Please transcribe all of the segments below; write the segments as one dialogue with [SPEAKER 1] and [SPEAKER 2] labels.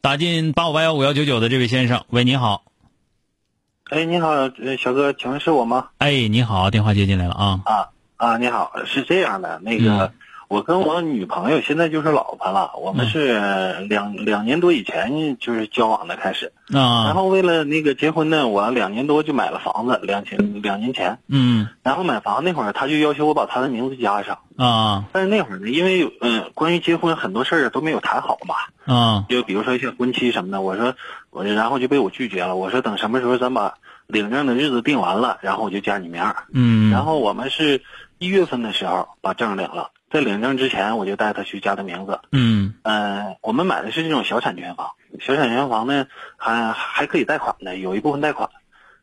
[SPEAKER 1] 打进八五八幺五幺九九的这位先生，喂，你好，
[SPEAKER 2] 哎，你好，呃小哥，请问是我吗？
[SPEAKER 1] 哎，你好，电话接进来了啊，
[SPEAKER 2] 啊啊，你好，是这样的，那个、
[SPEAKER 1] 嗯
[SPEAKER 2] 我跟我女朋友现在就是老婆了，我们
[SPEAKER 1] 嗯
[SPEAKER 2] 是两、两年多以前就是交往的开始，然
[SPEAKER 1] 那
[SPEAKER 2] 后为了那个结婚呢，我两年多就买了房子，两千两年前，
[SPEAKER 1] 嗯
[SPEAKER 2] 然后买房那会儿，她就要求我把她的名字加上，
[SPEAKER 1] 啊
[SPEAKER 2] 但是那会儿呢，因为嗯、关于结婚很多事儿都没有谈好嘛，
[SPEAKER 1] 啊
[SPEAKER 2] 就比如说一些婚期什么的，我说我然后就被我拒绝了，我说等什么时候咱把领证的日子定完了，然后我就加你名儿。
[SPEAKER 1] 嗯，
[SPEAKER 2] 然后我们是一月份的时候把证领了，在领证之前我就带他去加的名字。
[SPEAKER 1] 嗯
[SPEAKER 2] 嗯、我们买的是这种小产权房，小产权房呢还还可以贷款的，有一部分贷款。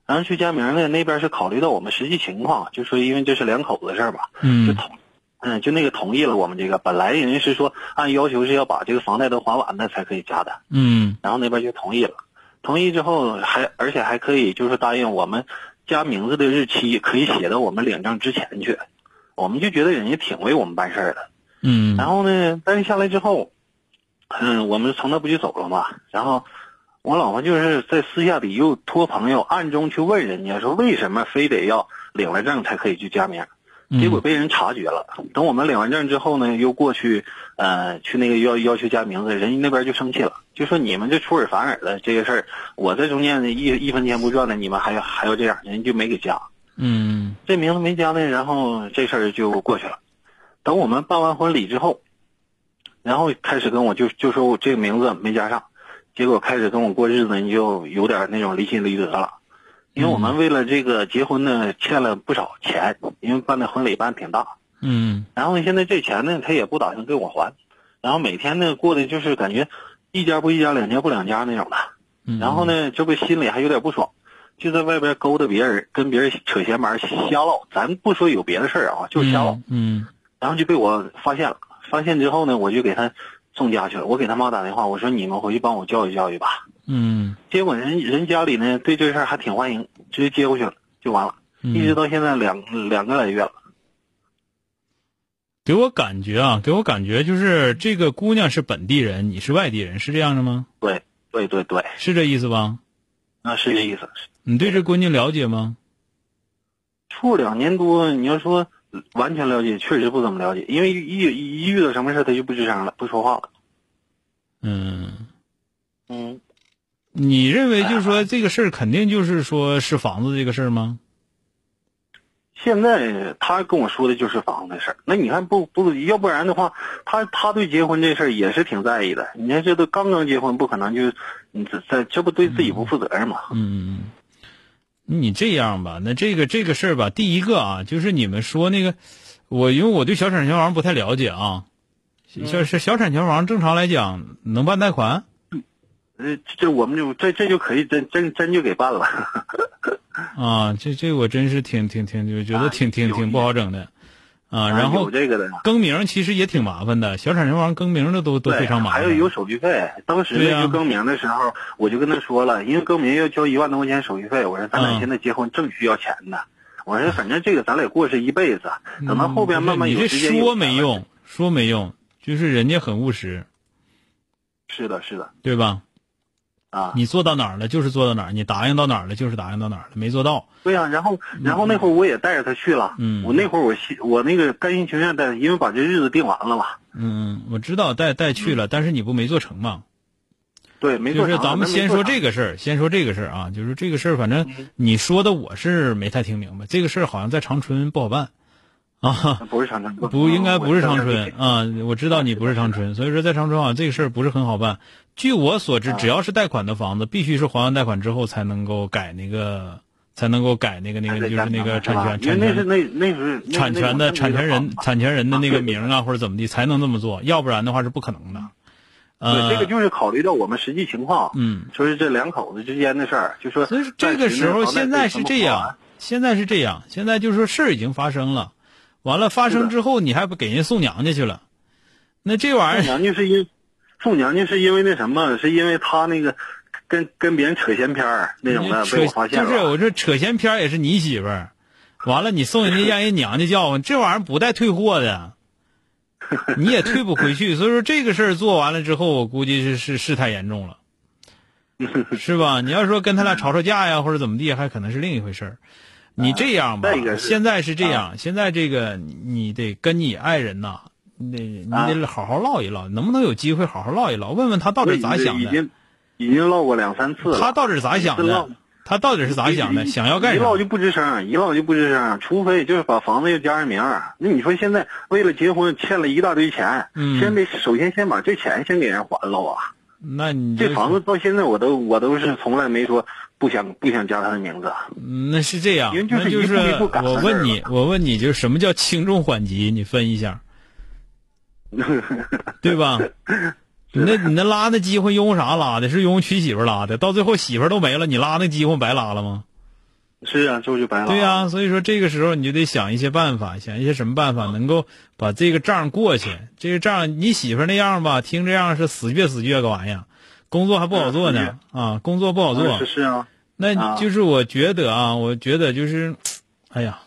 [SPEAKER 2] 然后去加名呢，那边是考虑到我们实际情况，就说因为这是两口子事儿嘛，就
[SPEAKER 1] 嗯
[SPEAKER 2] 同，嗯，就那个同意了我们这个。本来人家是说按要求是要把这个房贷都还完了才可以加的，
[SPEAKER 1] 嗯
[SPEAKER 2] 然后那边就同意了。同意之后还而且还可以就是答应我们加名字的日期可以写到我们领证之前去，我们就觉得人家挺为我们办事儿的。
[SPEAKER 1] 嗯，
[SPEAKER 2] 然后呢，但是下来之后，嗯，我们从那不就走了嘛？然后我老婆就是在私下里又托朋友暗中去问人家说为什么非得要领了证才可以去加名。
[SPEAKER 1] 嗯
[SPEAKER 2] 结果被人察觉了。等我们领完证之后呢，又过去，呃，去那个要要求加名字，人家那边就生气了，就说你们这出尔反尔的这个事儿，我在中间一一分钱不赚的，你们还要还要这样，人家就没给加。
[SPEAKER 1] 嗯
[SPEAKER 2] 这名字没加呢，然后这事儿就过去了。等我们办完婚礼之后，然后开始跟我就就说我这个名字没加上，结果开始跟我过日子，你就有点那种离心离德了。因为我们为了这个结婚呢，欠了不少钱，因为办的婚礼办挺大，
[SPEAKER 1] 嗯
[SPEAKER 2] 然后现在这钱呢，他也不打算给我还，然后每天呢过的就是感觉一家不一家，两家不两家那种的。
[SPEAKER 1] 嗯，
[SPEAKER 2] 然后呢，这不心里还有点不爽，就在外边勾搭别人，跟别人扯闲白儿瞎唠。咱不说有别的事儿啊，就
[SPEAKER 1] 嗯
[SPEAKER 2] 是瞎唠。
[SPEAKER 1] 嗯
[SPEAKER 2] 然后就被我发现了，发现之后呢，我就给他送家去了。我给他妈打电话，我说你们回去帮我教育教育吧。
[SPEAKER 1] 嗯
[SPEAKER 2] 结果人人家里呢对这事儿还挺欢迎，直接接过去了，就完了。
[SPEAKER 1] 嗯，
[SPEAKER 2] 一直到现在两两个来月了。
[SPEAKER 1] 给我感觉啊，给我感觉就是这个姑娘是本地人，你是外地人，是这样的吗？
[SPEAKER 2] 对对对对，
[SPEAKER 1] 是这意思吧？
[SPEAKER 2] 那是这意思。
[SPEAKER 1] 你对这姑娘了解吗？
[SPEAKER 2] 处两年多，你要说完全了解，确实不怎么了解，因为一一一遇到什么事儿他就不吱声了，不说话了。
[SPEAKER 1] 嗯，
[SPEAKER 2] 嗯，
[SPEAKER 1] 你认为就是说这个事儿肯定就是说是房子这个事儿吗？
[SPEAKER 2] 现在他跟我说的就是房子的事儿。那你看不不，要不然的话，他他对结婚这事儿也是挺在意的。你看这都刚刚结婚，不可能就你这这这不对自己不负责任吗？
[SPEAKER 1] 嗯，你这样吧，那这个这个事儿吧，第一个啊，就是你们说那个，我因为我对小产权房不太了解啊，
[SPEAKER 2] 嗯
[SPEAKER 1] 小小小产权房正常来讲能办贷款？
[SPEAKER 2] 呃，这这我们就这这就可以真真真就给办了。
[SPEAKER 1] 啊，这这我真是挺挺挺，就觉得
[SPEAKER 2] 啊
[SPEAKER 1] 挺挺
[SPEAKER 2] 有
[SPEAKER 1] 挺不好整的，啊，然
[SPEAKER 2] 有
[SPEAKER 1] 后
[SPEAKER 2] 这个的，
[SPEAKER 1] 更名其实也挺麻烦的，小产权房更名的都都
[SPEAKER 2] 对，
[SPEAKER 1] 非常麻
[SPEAKER 2] 还
[SPEAKER 1] 烦。
[SPEAKER 2] 有有手续费，当时
[SPEAKER 1] 对啊
[SPEAKER 2] 呢
[SPEAKER 1] 呀
[SPEAKER 2] 就更名的时候，我就跟他说了，因为更名要交一万多块钱手续费，我说咱
[SPEAKER 1] 嗯
[SPEAKER 2] 俩现在结婚正需要钱呢。我说，反正这个咱俩过是一辈子，等到后边慢慢
[SPEAKER 1] 嗯
[SPEAKER 2] 有
[SPEAKER 1] 你这
[SPEAKER 2] 时间有
[SPEAKER 1] 说
[SPEAKER 2] 钱
[SPEAKER 1] 没
[SPEAKER 2] 了。
[SPEAKER 1] 用，说没用，就是人家很务实，
[SPEAKER 2] 是的，是的，
[SPEAKER 1] 对吧？
[SPEAKER 2] 啊，
[SPEAKER 1] 你做到哪儿了就是做到哪儿，你答应到哪儿了就是答应到哪儿了，没做到，
[SPEAKER 2] 对呀、然后，然后那会儿我也带着他去了，
[SPEAKER 1] 嗯
[SPEAKER 2] 我那会儿我心我那个甘心情愿带他，因为把这日子定完了嘛，
[SPEAKER 1] 嗯，我知道带带去了，但是你不没做成嘛？
[SPEAKER 2] 对，嗯没
[SPEAKER 1] 就
[SPEAKER 2] 做嗯
[SPEAKER 1] 是
[SPEAKER 2] 长。
[SPEAKER 1] 咱们先说这
[SPEAKER 2] 个，
[SPEAKER 1] 个事儿，先说这个事儿啊，就是这个事儿，反正你说的我是没太听明白，这个事儿好像在长春不好办啊，
[SPEAKER 2] 不是长春，嗯
[SPEAKER 1] 不应该不是长
[SPEAKER 2] 我
[SPEAKER 1] 春啊，我知道你不是长春，所以说在长春好像这个事儿不是很好办。据我所知，
[SPEAKER 2] 啊
[SPEAKER 1] 只要是贷款的房子，必须是还完贷款之后才能够改那个，才能够改那个那
[SPEAKER 2] 还
[SPEAKER 1] 个
[SPEAKER 2] 在
[SPEAKER 1] 就是
[SPEAKER 2] 家
[SPEAKER 1] 那个
[SPEAKER 2] 呢是吧
[SPEAKER 1] 产权
[SPEAKER 2] 因
[SPEAKER 1] 产
[SPEAKER 2] 为那是
[SPEAKER 1] 权
[SPEAKER 2] 那那是那
[SPEAKER 1] 产权的产权人产权人的那个
[SPEAKER 2] 啊对对
[SPEAKER 1] 名啊 或者怎么地才能这么做，要不然的话是不可能的。
[SPEAKER 2] 对，这个
[SPEAKER 1] 呃，
[SPEAKER 2] 就是考虑到我们实际情况，
[SPEAKER 1] 嗯。
[SPEAKER 2] 就是这两口子之间的事儿，就说
[SPEAKER 1] 所以说这个时候
[SPEAKER 2] 暂时
[SPEAKER 1] 现
[SPEAKER 2] 呢
[SPEAKER 1] 在是这
[SPEAKER 2] 啊
[SPEAKER 1] 样，，现在是这样，现在就是说事儿已经发生了，完了发
[SPEAKER 2] 是
[SPEAKER 1] 生
[SPEAKER 2] 的
[SPEAKER 1] 之后你还不给人送娘家去了，那这玩
[SPEAKER 2] 咱
[SPEAKER 1] 意儿
[SPEAKER 2] 们这怎么还宋娘就是因宋娘就是因为那什么，是因为她那个跟跟别人扯闲篇儿那种的
[SPEAKER 1] 嗯扯
[SPEAKER 2] 被我发现
[SPEAKER 1] 就是
[SPEAKER 2] 了。
[SPEAKER 1] 我这扯闲篇儿也是你媳妇儿，完了你送人家让人娘家叫唤，这玩意儿不带退货的，你也退不回去，所以说这个事儿做完了之后，我估计是是是太严重 了。是吧？你要说跟他俩吵吵架呀，或者怎么地，还可能是另一回事儿。你这样吧
[SPEAKER 2] 再啊一，个是
[SPEAKER 1] 现在是这样，现在这个你你得跟你爱人呐，你得
[SPEAKER 2] 啊
[SPEAKER 1] 你得好好唠一唠，能不能有机会好好唠一唠，问问他到底咋想
[SPEAKER 2] 已
[SPEAKER 1] 的，
[SPEAKER 2] 经已经唠过两三次了。
[SPEAKER 1] 他到底咋想
[SPEAKER 2] 一次唠
[SPEAKER 1] 的，他到底是咋想的，
[SPEAKER 2] 一
[SPEAKER 1] 想要干
[SPEAKER 2] 一
[SPEAKER 1] 啥
[SPEAKER 2] 唠？就不吱声，一唠就不吱声，除非就是把房子又加上名儿。那你说现在为了结婚欠了一大堆钱，
[SPEAKER 1] 嗯
[SPEAKER 2] 先得首先先把这钱先给人还了啊。
[SPEAKER 1] 那你
[SPEAKER 2] 这
[SPEAKER 1] 就
[SPEAKER 2] 房子到现在我都我都是从来没说不想不想加他的名字。
[SPEAKER 1] 嗯那是这样
[SPEAKER 2] 因为，就是
[SPEAKER 1] 那就
[SPEAKER 2] 一
[SPEAKER 1] 是
[SPEAKER 2] 步一步赶
[SPEAKER 1] 我
[SPEAKER 2] 上这
[SPEAKER 1] 问
[SPEAKER 2] 儿
[SPEAKER 1] 你，我问你，就是什么叫轻重缓急？你分一下，对吧？你那你那拉那机会用啥拉的？是用娶媳妇儿拉的？到最后媳妇儿都没了，你拉那机会白拉了吗？
[SPEAKER 2] 是啊，这不就白了？
[SPEAKER 1] 对呀、，所以说这个时候你就得想一些办法，想一些什么办
[SPEAKER 2] 嗯
[SPEAKER 1] 法能够把这个账过去。这个账你媳妇儿那样吧，听这样是死倔死倔个玩意儿，工作还不好做呢啊，工作不好做。
[SPEAKER 2] 嗯是是啊，
[SPEAKER 1] 那
[SPEAKER 2] 啊
[SPEAKER 1] 就是我觉得啊，我觉得就是，哎呀，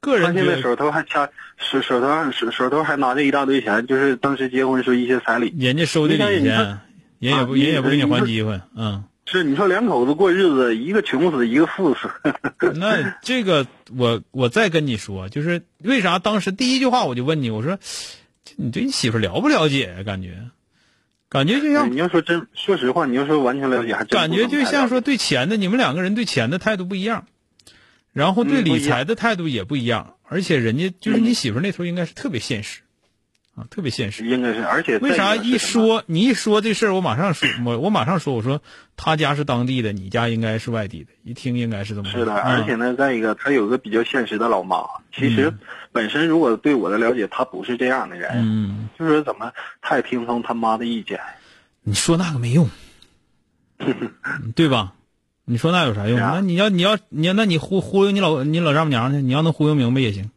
[SPEAKER 1] 个
[SPEAKER 2] 他
[SPEAKER 1] 人觉
[SPEAKER 2] 现在
[SPEAKER 1] 得
[SPEAKER 2] 手头还掐手手头上手手头还拿着一大堆钱，就是当时结婚时候一些彩礼。
[SPEAKER 1] 人家收的礼
[SPEAKER 2] 你
[SPEAKER 1] 钱
[SPEAKER 2] 看，
[SPEAKER 1] 人也不
[SPEAKER 2] 啊你
[SPEAKER 1] 人也不给你
[SPEAKER 2] 你
[SPEAKER 1] 还
[SPEAKER 2] 说
[SPEAKER 1] 机会，嗯。
[SPEAKER 2] 是你说两口子过日子，一个穷死，一个富死。
[SPEAKER 1] 那这个我我再跟你说，就是为啥当时第一句话我就问你，我说这你对你媳妇儿了不了解呀？感觉，感觉就像
[SPEAKER 2] 哎 你要说真，说实话，你要说完全了解，还真
[SPEAKER 1] 啊感觉
[SPEAKER 2] 不
[SPEAKER 1] 就
[SPEAKER 2] 怎么太
[SPEAKER 1] 像
[SPEAKER 2] 了解
[SPEAKER 1] 说对钱的，你们两个人对钱的态度不一样，然后对
[SPEAKER 2] 嗯不
[SPEAKER 1] 理
[SPEAKER 2] 一样嗯
[SPEAKER 1] 财的态度也不一样，而且人家就是你媳妇儿那头应该是特别现实，啊，特别现实。
[SPEAKER 2] 应该是，而且
[SPEAKER 1] 为啥
[SPEAKER 2] 再个是
[SPEAKER 1] 一
[SPEAKER 2] 什么
[SPEAKER 1] 说你一说这事儿，我马上说，我我马上说，我说他家是当地的，你家应该是外地的，一听应该是这么回事
[SPEAKER 2] 是的，
[SPEAKER 1] 啊
[SPEAKER 2] 而且呢，再一个，她有个比较现实的老妈。其实
[SPEAKER 1] 嗯，
[SPEAKER 2] 本身如果对我的了解，她不是这样的人，
[SPEAKER 1] 嗯。
[SPEAKER 2] 就是怎么太听从他妈的意见。
[SPEAKER 1] 你说那个没 用，对吧？你说那有啥用？
[SPEAKER 2] 是啊
[SPEAKER 1] 那你要你要你那你忽忽悠你老你老丈母娘去，你要能忽悠明白也行。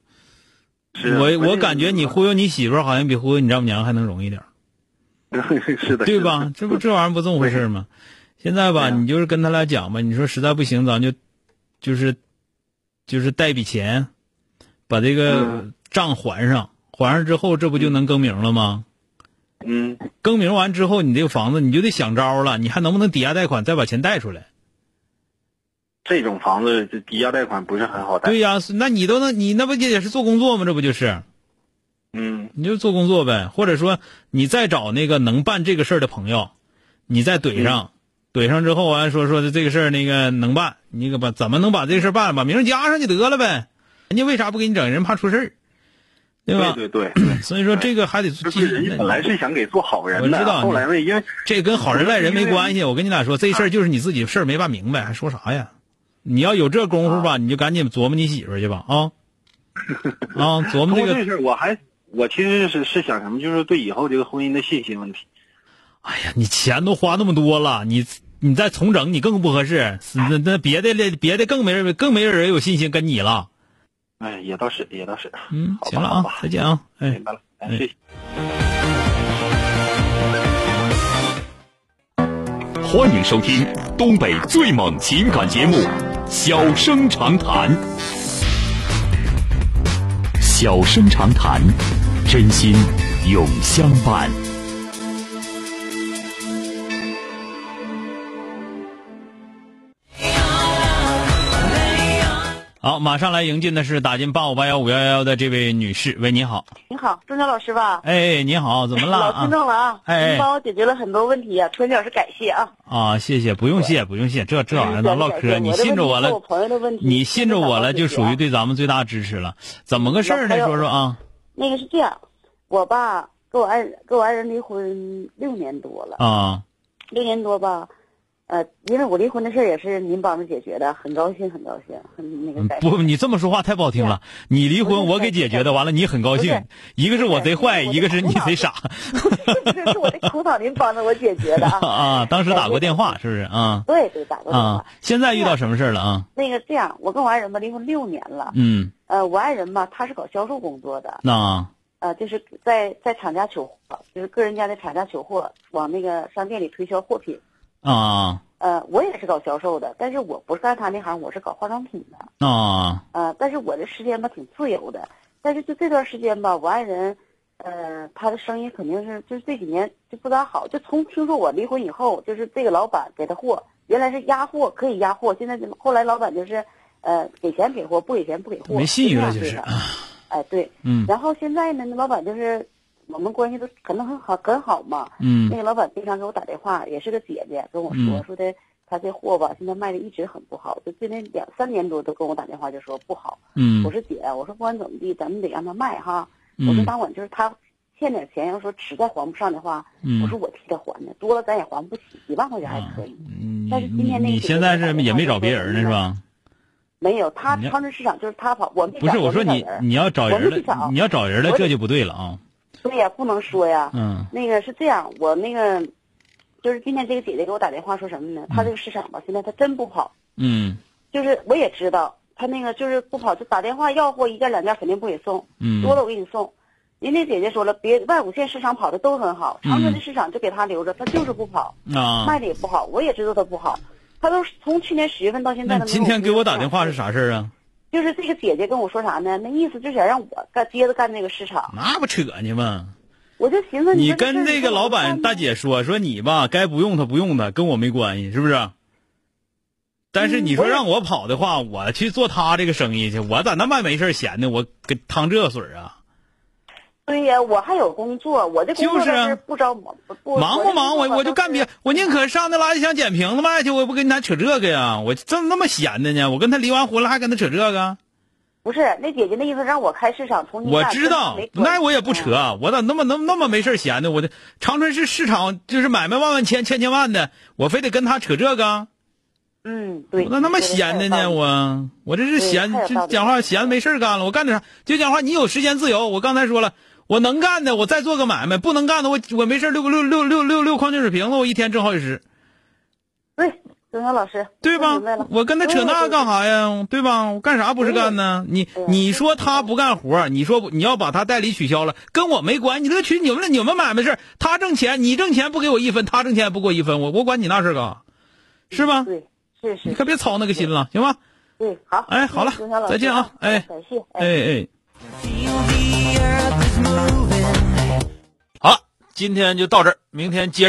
[SPEAKER 2] 是啊
[SPEAKER 1] 我我
[SPEAKER 2] 关键
[SPEAKER 1] 感觉你忽悠你媳妇儿好像比忽悠你丈母娘还能容易点儿，
[SPEAKER 2] 是 是的，
[SPEAKER 1] 对
[SPEAKER 2] 是的？
[SPEAKER 1] 吧？这不这玩意儿不这么回事 吗？现在吧，
[SPEAKER 2] 对啊
[SPEAKER 1] 你就是跟他俩讲吧，你说实在不行，咱就就是就是贷笔钱，把这个
[SPEAKER 2] 嗯
[SPEAKER 1] 账还上，还上之后，这不就能更名了吗？
[SPEAKER 2] 嗯，
[SPEAKER 1] 更名完之后，你这个房子你就得想招了，你还能不能抵押贷款再把钱贷出来？
[SPEAKER 2] 这种房子这抵押贷款不是很好贷。
[SPEAKER 1] 对呀、是那你都能，你那不也是做工作吗？这不就是，
[SPEAKER 2] 嗯，
[SPEAKER 1] 你就做工作呗，或者说你再找那个能办这个事儿的朋友，你再怼
[SPEAKER 2] 嗯
[SPEAKER 1] 上，怼上之后完、啊说说的这个事儿那个能办，你可把怎么能把这个事儿办，把名儿加上就得了呗。人家为啥不给你整？人怕出事儿，对吧？
[SPEAKER 2] 对对 对，
[SPEAKER 1] 所以说这个还得
[SPEAKER 2] 就
[SPEAKER 1] 继
[SPEAKER 2] 是
[SPEAKER 1] 续
[SPEAKER 2] 人。家本来是想给做好人
[SPEAKER 1] 我知道
[SPEAKER 2] 的，后来呢，因为
[SPEAKER 1] 这跟好人赖人没关系。我跟你俩说，这事儿就是你自己事儿没办明白，还说啥呀？你要有这功
[SPEAKER 2] 啊
[SPEAKER 1] 夫吧，你就赶紧琢磨你媳妇儿去吧啊！ 啊，琢
[SPEAKER 2] 通
[SPEAKER 1] 磨
[SPEAKER 2] 过
[SPEAKER 1] 这
[SPEAKER 2] 这
[SPEAKER 1] 个，
[SPEAKER 2] 事儿，我还我其实是是想什么，就是对以后这个婚姻的信心问题。
[SPEAKER 1] 哎呀，你钱都花那么多了，你你再重整，你更不合适。那那别的别的更没人更没人有信心跟你了。
[SPEAKER 2] 哎，也倒是，也倒是。
[SPEAKER 1] 嗯，
[SPEAKER 2] 好吧
[SPEAKER 1] 行了
[SPEAKER 2] 好
[SPEAKER 1] 啊
[SPEAKER 2] 吧，
[SPEAKER 1] 再见啊，哎
[SPEAKER 2] 明。白了，哎
[SPEAKER 1] 哎，
[SPEAKER 2] 谢谢。
[SPEAKER 3] 欢迎收听东北最猛情感节目《小生长谈》。小生长谈，真心永相伴。
[SPEAKER 1] 好，马上来迎进的是打进八五八幺五幺幺幺的这位女士，喂，你好，
[SPEAKER 4] 你好，钟晓老师吧？
[SPEAKER 1] 哎，你好，怎么了
[SPEAKER 4] 老听
[SPEAKER 1] 啊？
[SPEAKER 4] 众了啊，
[SPEAKER 1] 哎哎
[SPEAKER 4] 您帮我解决了很多问题啊，春姐老师感谢啊。
[SPEAKER 1] 啊，谢谢，不用谢，不用谢，这这玩意儿能唠
[SPEAKER 4] 感谢
[SPEAKER 1] 嗑，你信着我
[SPEAKER 4] 我的问题和我
[SPEAKER 1] 了，
[SPEAKER 4] 朋友的问题，
[SPEAKER 1] 你信着我了，就属于
[SPEAKER 4] 对。
[SPEAKER 1] 对咱们最大支持了。怎么个事儿呢？
[SPEAKER 4] 啊老朋
[SPEAKER 1] 说
[SPEAKER 4] 友
[SPEAKER 1] 说啊。
[SPEAKER 4] 那个是这样，我吧跟我爱人跟我爱人离婚六年多了，
[SPEAKER 1] 啊
[SPEAKER 4] 六年多吧，呃，因为我离婚的事儿也是您帮着解决的，很高兴，很高兴，很那个感 谢。
[SPEAKER 1] 不，你这么说话太不好听了。你离
[SPEAKER 4] 不
[SPEAKER 1] 婚，
[SPEAKER 4] 是
[SPEAKER 1] 我给
[SPEAKER 4] 不是
[SPEAKER 1] 解决的，完了你很高
[SPEAKER 4] 不
[SPEAKER 1] 兴
[SPEAKER 4] 是。
[SPEAKER 1] 一个是我
[SPEAKER 4] 不
[SPEAKER 1] 贼
[SPEAKER 4] 是
[SPEAKER 1] 坏，
[SPEAKER 4] 我
[SPEAKER 1] 一个是你
[SPEAKER 4] 我
[SPEAKER 1] 贼 傻
[SPEAKER 4] 不是，是我的苦恼，您帮着我解决的啊。
[SPEAKER 1] 啊！当时打过电话
[SPEAKER 4] 对
[SPEAKER 1] 是不是啊？
[SPEAKER 4] 对对，打过电话
[SPEAKER 1] 啊。，现在遇到什么事儿了啊？
[SPEAKER 4] 那个这样，我跟我爱人吧离婚六年了，
[SPEAKER 1] 嗯，
[SPEAKER 4] 呃，我爱人吧他是搞销售工作的，
[SPEAKER 1] 那
[SPEAKER 4] 呃，就是在在厂家取货，就是个人家的厂家取货，往那个商店里推销货品。
[SPEAKER 1] 啊
[SPEAKER 4] 呃，我也是搞销售的，但是我不是干他那行，我是搞化妆品的。
[SPEAKER 1] 啊
[SPEAKER 4] 呃，但是我的时间吧挺自由的，但是就这段时间吧，我爱人，呃，他的生意肯定是就是这几年就不咋好，就从听说我离婚以后，就是这个老板给他货，原来是压货可以压货，现在怎么后来老板就是，呃，给钱给货，不给钱不给货，
[SPEAKER 1] 没信誉了
[SPEAKER 4] 这样
[SPEAKER 1] 就是啊
[SPEAKER 4] 对他哎，对，
[SPEAKER 1] 嗯
[SPEAKER 4] 然后现在呢，那老板就是我们关系都可能很好，很好嘛。那
[SPEAKER 1] 嗯
[SPEAKER 4] 个老板经常给我打电话，也是个姐姐，跟我说、
[SPEAKER 1] 嗯
[SPEAKER 4] 说的，他这货吧，现在卖的一直很不好，就最近两三年多都跟我打电话就说不好。我
[SPEAKER 1] 嗯
[SPEAKER 4] 说姐，我说不管怎么地，咱们得让他卖哈。我说
[SPEAKER 1] 嗯
[SPEAKER 4] 当晚就是他欠点钱，要说实在还不上的话，我
[SPEAKER 1] 嗯
[SPEAKER 4] 说我替他还的，多了咱也还不起，几万块钱还可以。
[SPEAKER 1] 嗯，
[SPEAKER 4] 但是
[SPEAKER 1] 你
[SPEAKER 4] 今天那个
[SPEAKER 1] 你
[SPEAKER 4] 姐
[SPEAKER 1] 现
[SPEAKER 4] 姐
[SPEAKER 1] 在
[SPEAKER 4] 打
[SPEAKER 1] 是
[SPEAKER 4] 电
[SPEAKER 1] 也
[SPEAKER 4] 话
[SPEAKER 1] 没
[SPEAKER 4] 就
[SPEAKER 1] 找
[SPEAKER 4] 说
[SPEAKER 1] 别
[SPEAKER 4] 什
[SPEAKER 1] 人
[SPEAKER 4] 么
[SPEAKER 1] 呢是
[SPEAKER 4] 呢
[SPEAKER 1] 吧？
[SPEAKER 4] 没有，他
[SPEAKER 1] 你要
[SPEAKER 4] 超市市场就是他跑，我没
[SPEAKER 1] 不是，
[SPEAKER 4] 找
[SPEAKER 1] 我说
[SPEAKER 4] 没找
[SPEAKER 1] 你
[SPEAKER 4] 人
[SPEAKER 1] 你要找
[SPEAKER 4] 我
[SPEAKER 1] 人
[SPEAKER 4] 没去
[SPEAKER 1] 了，
[SPEAKER 4] 找
[SPEAKER 1] 你要找人了，
[SPEAKER 4] 我
[SPEAKER 1] 这就不对了啊。
[SPEAKER 4] 对呀、不能说呀。
[SPEAKER 1] 嗯
[SPEAKER 4] 那个是这样，我那个就是今天这个姐姐给我打电话说什么呢？她这个市场吧，现在她真不跑，
[SPEAKER 1] 嗯
[SPEAKER 4] 就是我也知道，她那个就是不跑，就打电话要货一件两件肯定不给送，
[SPEAKER 1] 嗯
[SPEAKER 4] 多了我给你送。人家姐姐说了，别外五县市场跑的都很好，长春的市场就给她留着，她就是不跑，
[SPEAKER 1] 嗯啊，
[SPEAKER 4] 卖的也不好，我也知道她不好。她都是从去年十月份到现在，
[SPEAKER 1] 那
[SPEAKER 4] 她
[SPEAKER 1] 你
[SPEAKER 4] 没
[SPEAKER 1] 今
[SPEAKER 4] 有
[SPEAKER 1] 天给我打电话是
[SPEAKER 4] 就是
[SPEAKER 1] 啥事儿啊？
[SPEAKER 4] 就是这个姐姐跟我说啥呢？那意思就想让我干接着干这个市场，
[SPEAKER 1] 那不扯呢吗？
[SPEAKER 4] 我就寻思
[SPEAKER 1] 嗯你
[SPEAKER 4] 说这事
[SPEAKER 1] 跟
[SPEAKER 4] 儿
[SPEAKER 1] 那个
[SPEAKER 4] 怎么
[SPEAKER 1] 老板
[SPEAKER 4] 办
[SPEAKER 1] 大
[SPEAKER 4] 呢
[SPEAKER 1] 姐说说你吧，该不用他不用他，跟我没关系，是不是？但是你说
[SPEAKER 4] 嗯我也
[SPEAKER 1] 让我跑的话，我去做他这个生意去，我咋那么没事儿闲的，我给趟这水儿啊？
[SPEAKER 4] 对呀，我还有工作，我这工作
[SPEAKER 1] 就是啊
[SPEAKER 4] 倒是不招忙，不不
[SPEAKER 1] 忙不忙？我我就干别，我宁
[SPEAKER 4] 可
[SPEAKER 1] 可上那垃圾箱捡瓶子卖去，我也不跟他扯这个呀。我这那么闲的呢，我跟他离完婚了还跟他扯这个？
[SPEAKER 4] 不是那姐姐那意思让我开市场重新
[SPEAKER 1] 我
[SPEAKER 4] 干
[SPEAKER 1] 知道，那我也不。
[SPEAKER 4] 跟没关系啊
[SPEAKER 1] 扯，我咋那么那么那么没事儿闲的？我这长春市市场就是买卖万万千千千万的，我非得跟他扯这个？
[SPEAKER 4] 嗯，对。
[SPEAKER 1] 我咋那么闲的呢？我我这是
[SPEAKER 4] 对
[SPEAKER 1] 闲
[SPEAKER 4] 太有，道
[SPEAKER 1] 这
[SPEAKER 4] 理
[SPEAKER 1] 讲话
[SPEAKER 4] 了
[SPEAKER 1] 闲没事儿干了，我干点啥？就讲话，你有时间自由。我刚才说了，我能干的我再做个买卖，不能干的我我没事儿溜个六六六六六矿泉水瓶子，我一天挣好几十，
[SPEAKER 4] 对，钟晓老师，
[SPEAKER 1] 对
[SPEAKER 4] 我
[SPEAKER 1] 吧
[SPEAKER 4] 明白了？嗯
[SPEAKER 1] 我跟他扯那干啥呀？对吧？我干啥不是干呢？你
[SPEAKER 4] 对
[SPEAKER 1] 你说他不干活儿，你说不你要把他代理取消了，跟我没关系。你这取你们你们买卖事儿，他挣钱，你挣钱不给我一分，他挣钱也不给我一分，我我管你那事儿干啥？是吧？
[SPEAKER 4] 对，是
[SPEAKER 1] 你
[SPEAKER 4] 是，
[SPEAKER 1] 可别操那个心了，行吧？
[SPEAKER 4] 对，好。
[SPEAKER 1] 哎好了
[SPEAKER 4] 谢谢钟晓老师
[SPEAKER 1] 再见啊哎
[SPEAKER 4] 感谢，
[SPEAKER 1] 哎。哎。好了，今天就到这儿，明天接着。